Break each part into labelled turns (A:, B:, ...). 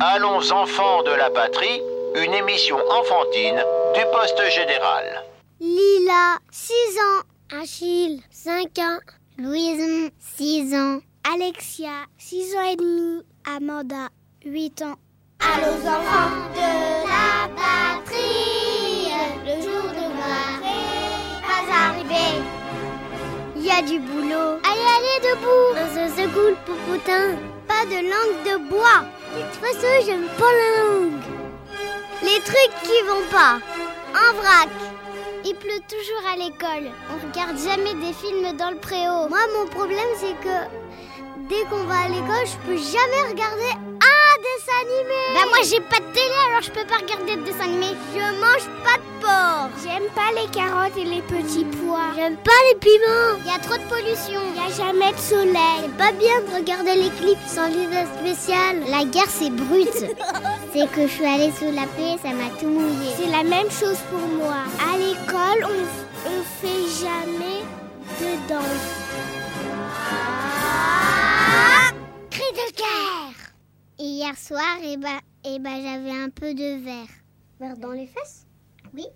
A: Allons enfants de la patrie, une émission enfantine du poste général.
B: Lila, 6 ans. Achille, 5 ans. Louison, 6 ans. Alexia, 6 ans et demi. Amanda, 8 ans. Allons enfants de la patrie, le jour de marée pas arrivé. Il y a du boulot. Allez, allez, debout. On se secoue le popotin. Pas de langue de bois. De toute façon, j'aime pas la langue. Les trucs qui vont pas. En vrac. Il pleut toujours à l'école. On regarde jamais des films dans le préau. Moi, mon problème, c'est que dès qu'on va à l'école, je peux jamais regarder un dessin animé. Bah moi, j'ai pas de télé, alors je peux pas regarder de dessin animé. Je mange pas de porc. J'aime pas les carottes et les petits pois. J'aime pas les piments. Il y a trop de pollution. Il y a jamais de soleil. C'est pas bien de regarder les clips sans l'idée spéciale. La guerre, c'est brut. c'est que je suis allée sous la paix, ça m'a tout mouillé. C'est la même chose pour moi. À l'école, on, on fait jamais de danse. Cri de guerre Et hier soir, eh ben, eh ben, j'avais un peu de verre. Verre dans les fesses Oui.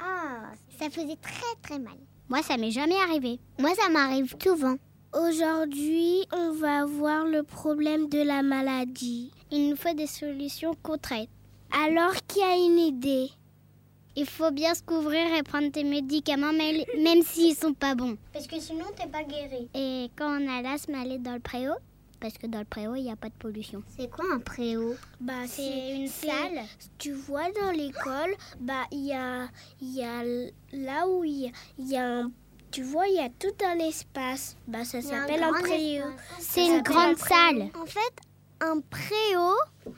B: Ah, ça faisait très très mal. Moi, ça m'est jamais arrivé. Moi, ça m'arrive souvent. Aujourd'hui, on va voir le problème de la maladie. Il nous faut des solutions concrètes. Alors, qui a une idée il faut bien se couvrir et prendre tes médicaments, mais- même s'ils sont pas bons. Parce que sinon, t'es pas guéri. Et quand on a l'asthme, aller dans le préau Parce que dans le préau, il n'y a pas de pollution. C'est quoi un préau Bah, c'est une salle. Tu vois, dans l'école, bah, il y a, il y a l- là où il y a, il y a un. Tu vois, il y a tout un espace. Bah, ça s'appelle un, préau. C'est une grande salle. En fait, un préau,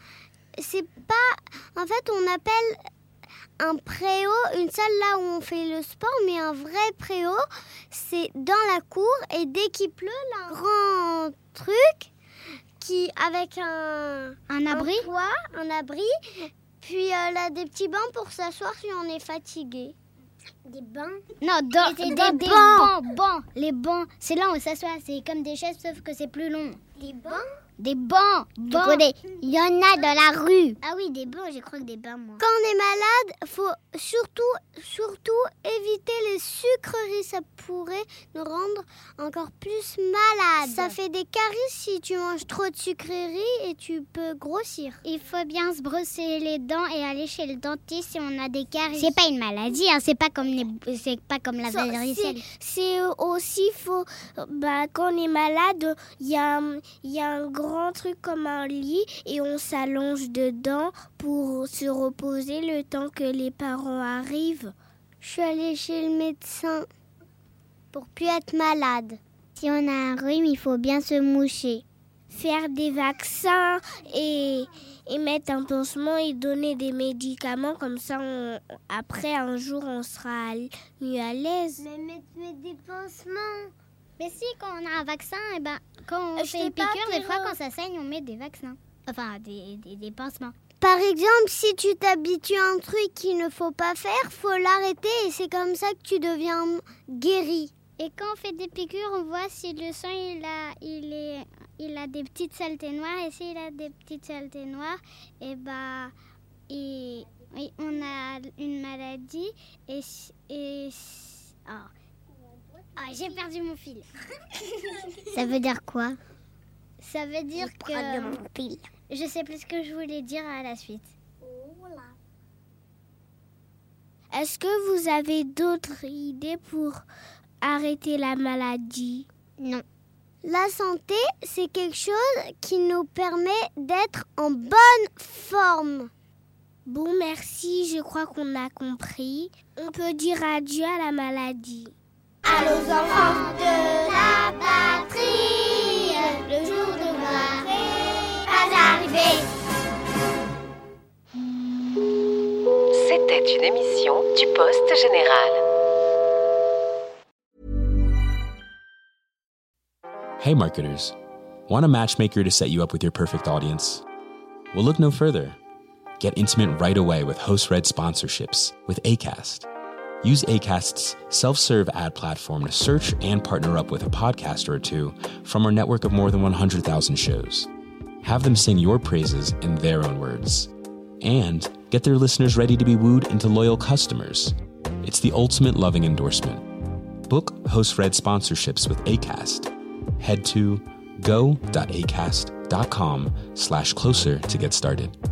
B: c'est pas. En fait, on appelle un préau, une salle là où on fait le sport, mais un vrai préau, c'est dans la cour et dès qu'il pleut, là, un grand truc qui avec un un abri, un toit, un abri, puis euh, là des petits bancs pour s'asseoir si on est fatigué. Des bancs Non, dans, des, bancs. bancs. Les bancs, c'est là où on s'assoit, c'est comme des chaises sauf que c'est plus long. Des bancs Des bancs, Il y en a dans la rue. Ah oui, des bancs, je crois que des bancs, moi. Quand on est malade, faut surtout, surtout éviter les sucreries. Ça pourrait nous rendre encore plus malades. Ça fait des caries si tu manges trop de sucreries et tu peux grossir. Il faut bien se brosser les dents et aller chez le dentiste si on a des caries. C'est pas une maladie, hein, c'est pas comme les- c'est pas comme la
C: Ça,
B: varicelle.
C: C'est aussi faut bah quand on est malade, il y a un- il y a un grand truc comme un lit et on s'allonge dedans pour se reposer le temps que les parents arrivent.
B: Je suis allée chez le médecin pour plus être malade. Si on a un rhume, il faut bien se moucher.
C: Faire des vaccins et, et mettre un pansement et donner des médicaments comme ça on- après un jour on sera à- mieux à l'aise.
B: Mais mettre des pansements. Mais si, quand on a un vaccin, et ben, quand on
C: Euh, je
B: fait une
C: t'ai pas
B: piqûre, des
C: appelé,
B: fois,
C: Rose.
B: quand ça saigne, on met des vaccins. Enfin, des, des, des pansements. Par exemple, si tu t'habitues à un truc qu'il ne faut pas faire, faut l'arrêter et c'est comme ça que tu deviens guéri. Et quand on fait des piqûres, on voit si le sang il a, il est, il a des petites saletés noires et s'il a des petites saletés noires, et bah, et, et on a une maladie et, si- et si- oh. Ah, j'ai perdu mon fil. Ça veut dire quoi Ça veut dire que je sais plus ce que je voulais dire à la suite.
C: Est-ce que vous avez d'autres idées pour arrêter la maladie
B: Non. La santé, c'est quelque chose qui nous permet d'être en bonne forme.
C: Bon, merci, je crois qu'on a compris. On peut dire adieu à la maladie.
B: Allons enfants de la patrie, le jour de gloire
D: direction du poste général.
E: Hey, marketers. Want a matchmaker to set you up with your perfect audience? Well, look no further. Get intimate right away with host red sponsorships with ACAST. Use ACAST's self serve ad platform to search and partner up with a podcaster or two from our network of more than 100,000 shows. Have them sing your praises in their own words. And get their listeners ready to be wooed into loyal customers. It's the ultimate loving endorsement. Book host red sponsorships with ACAST head to go.acast.com slash closer to get started.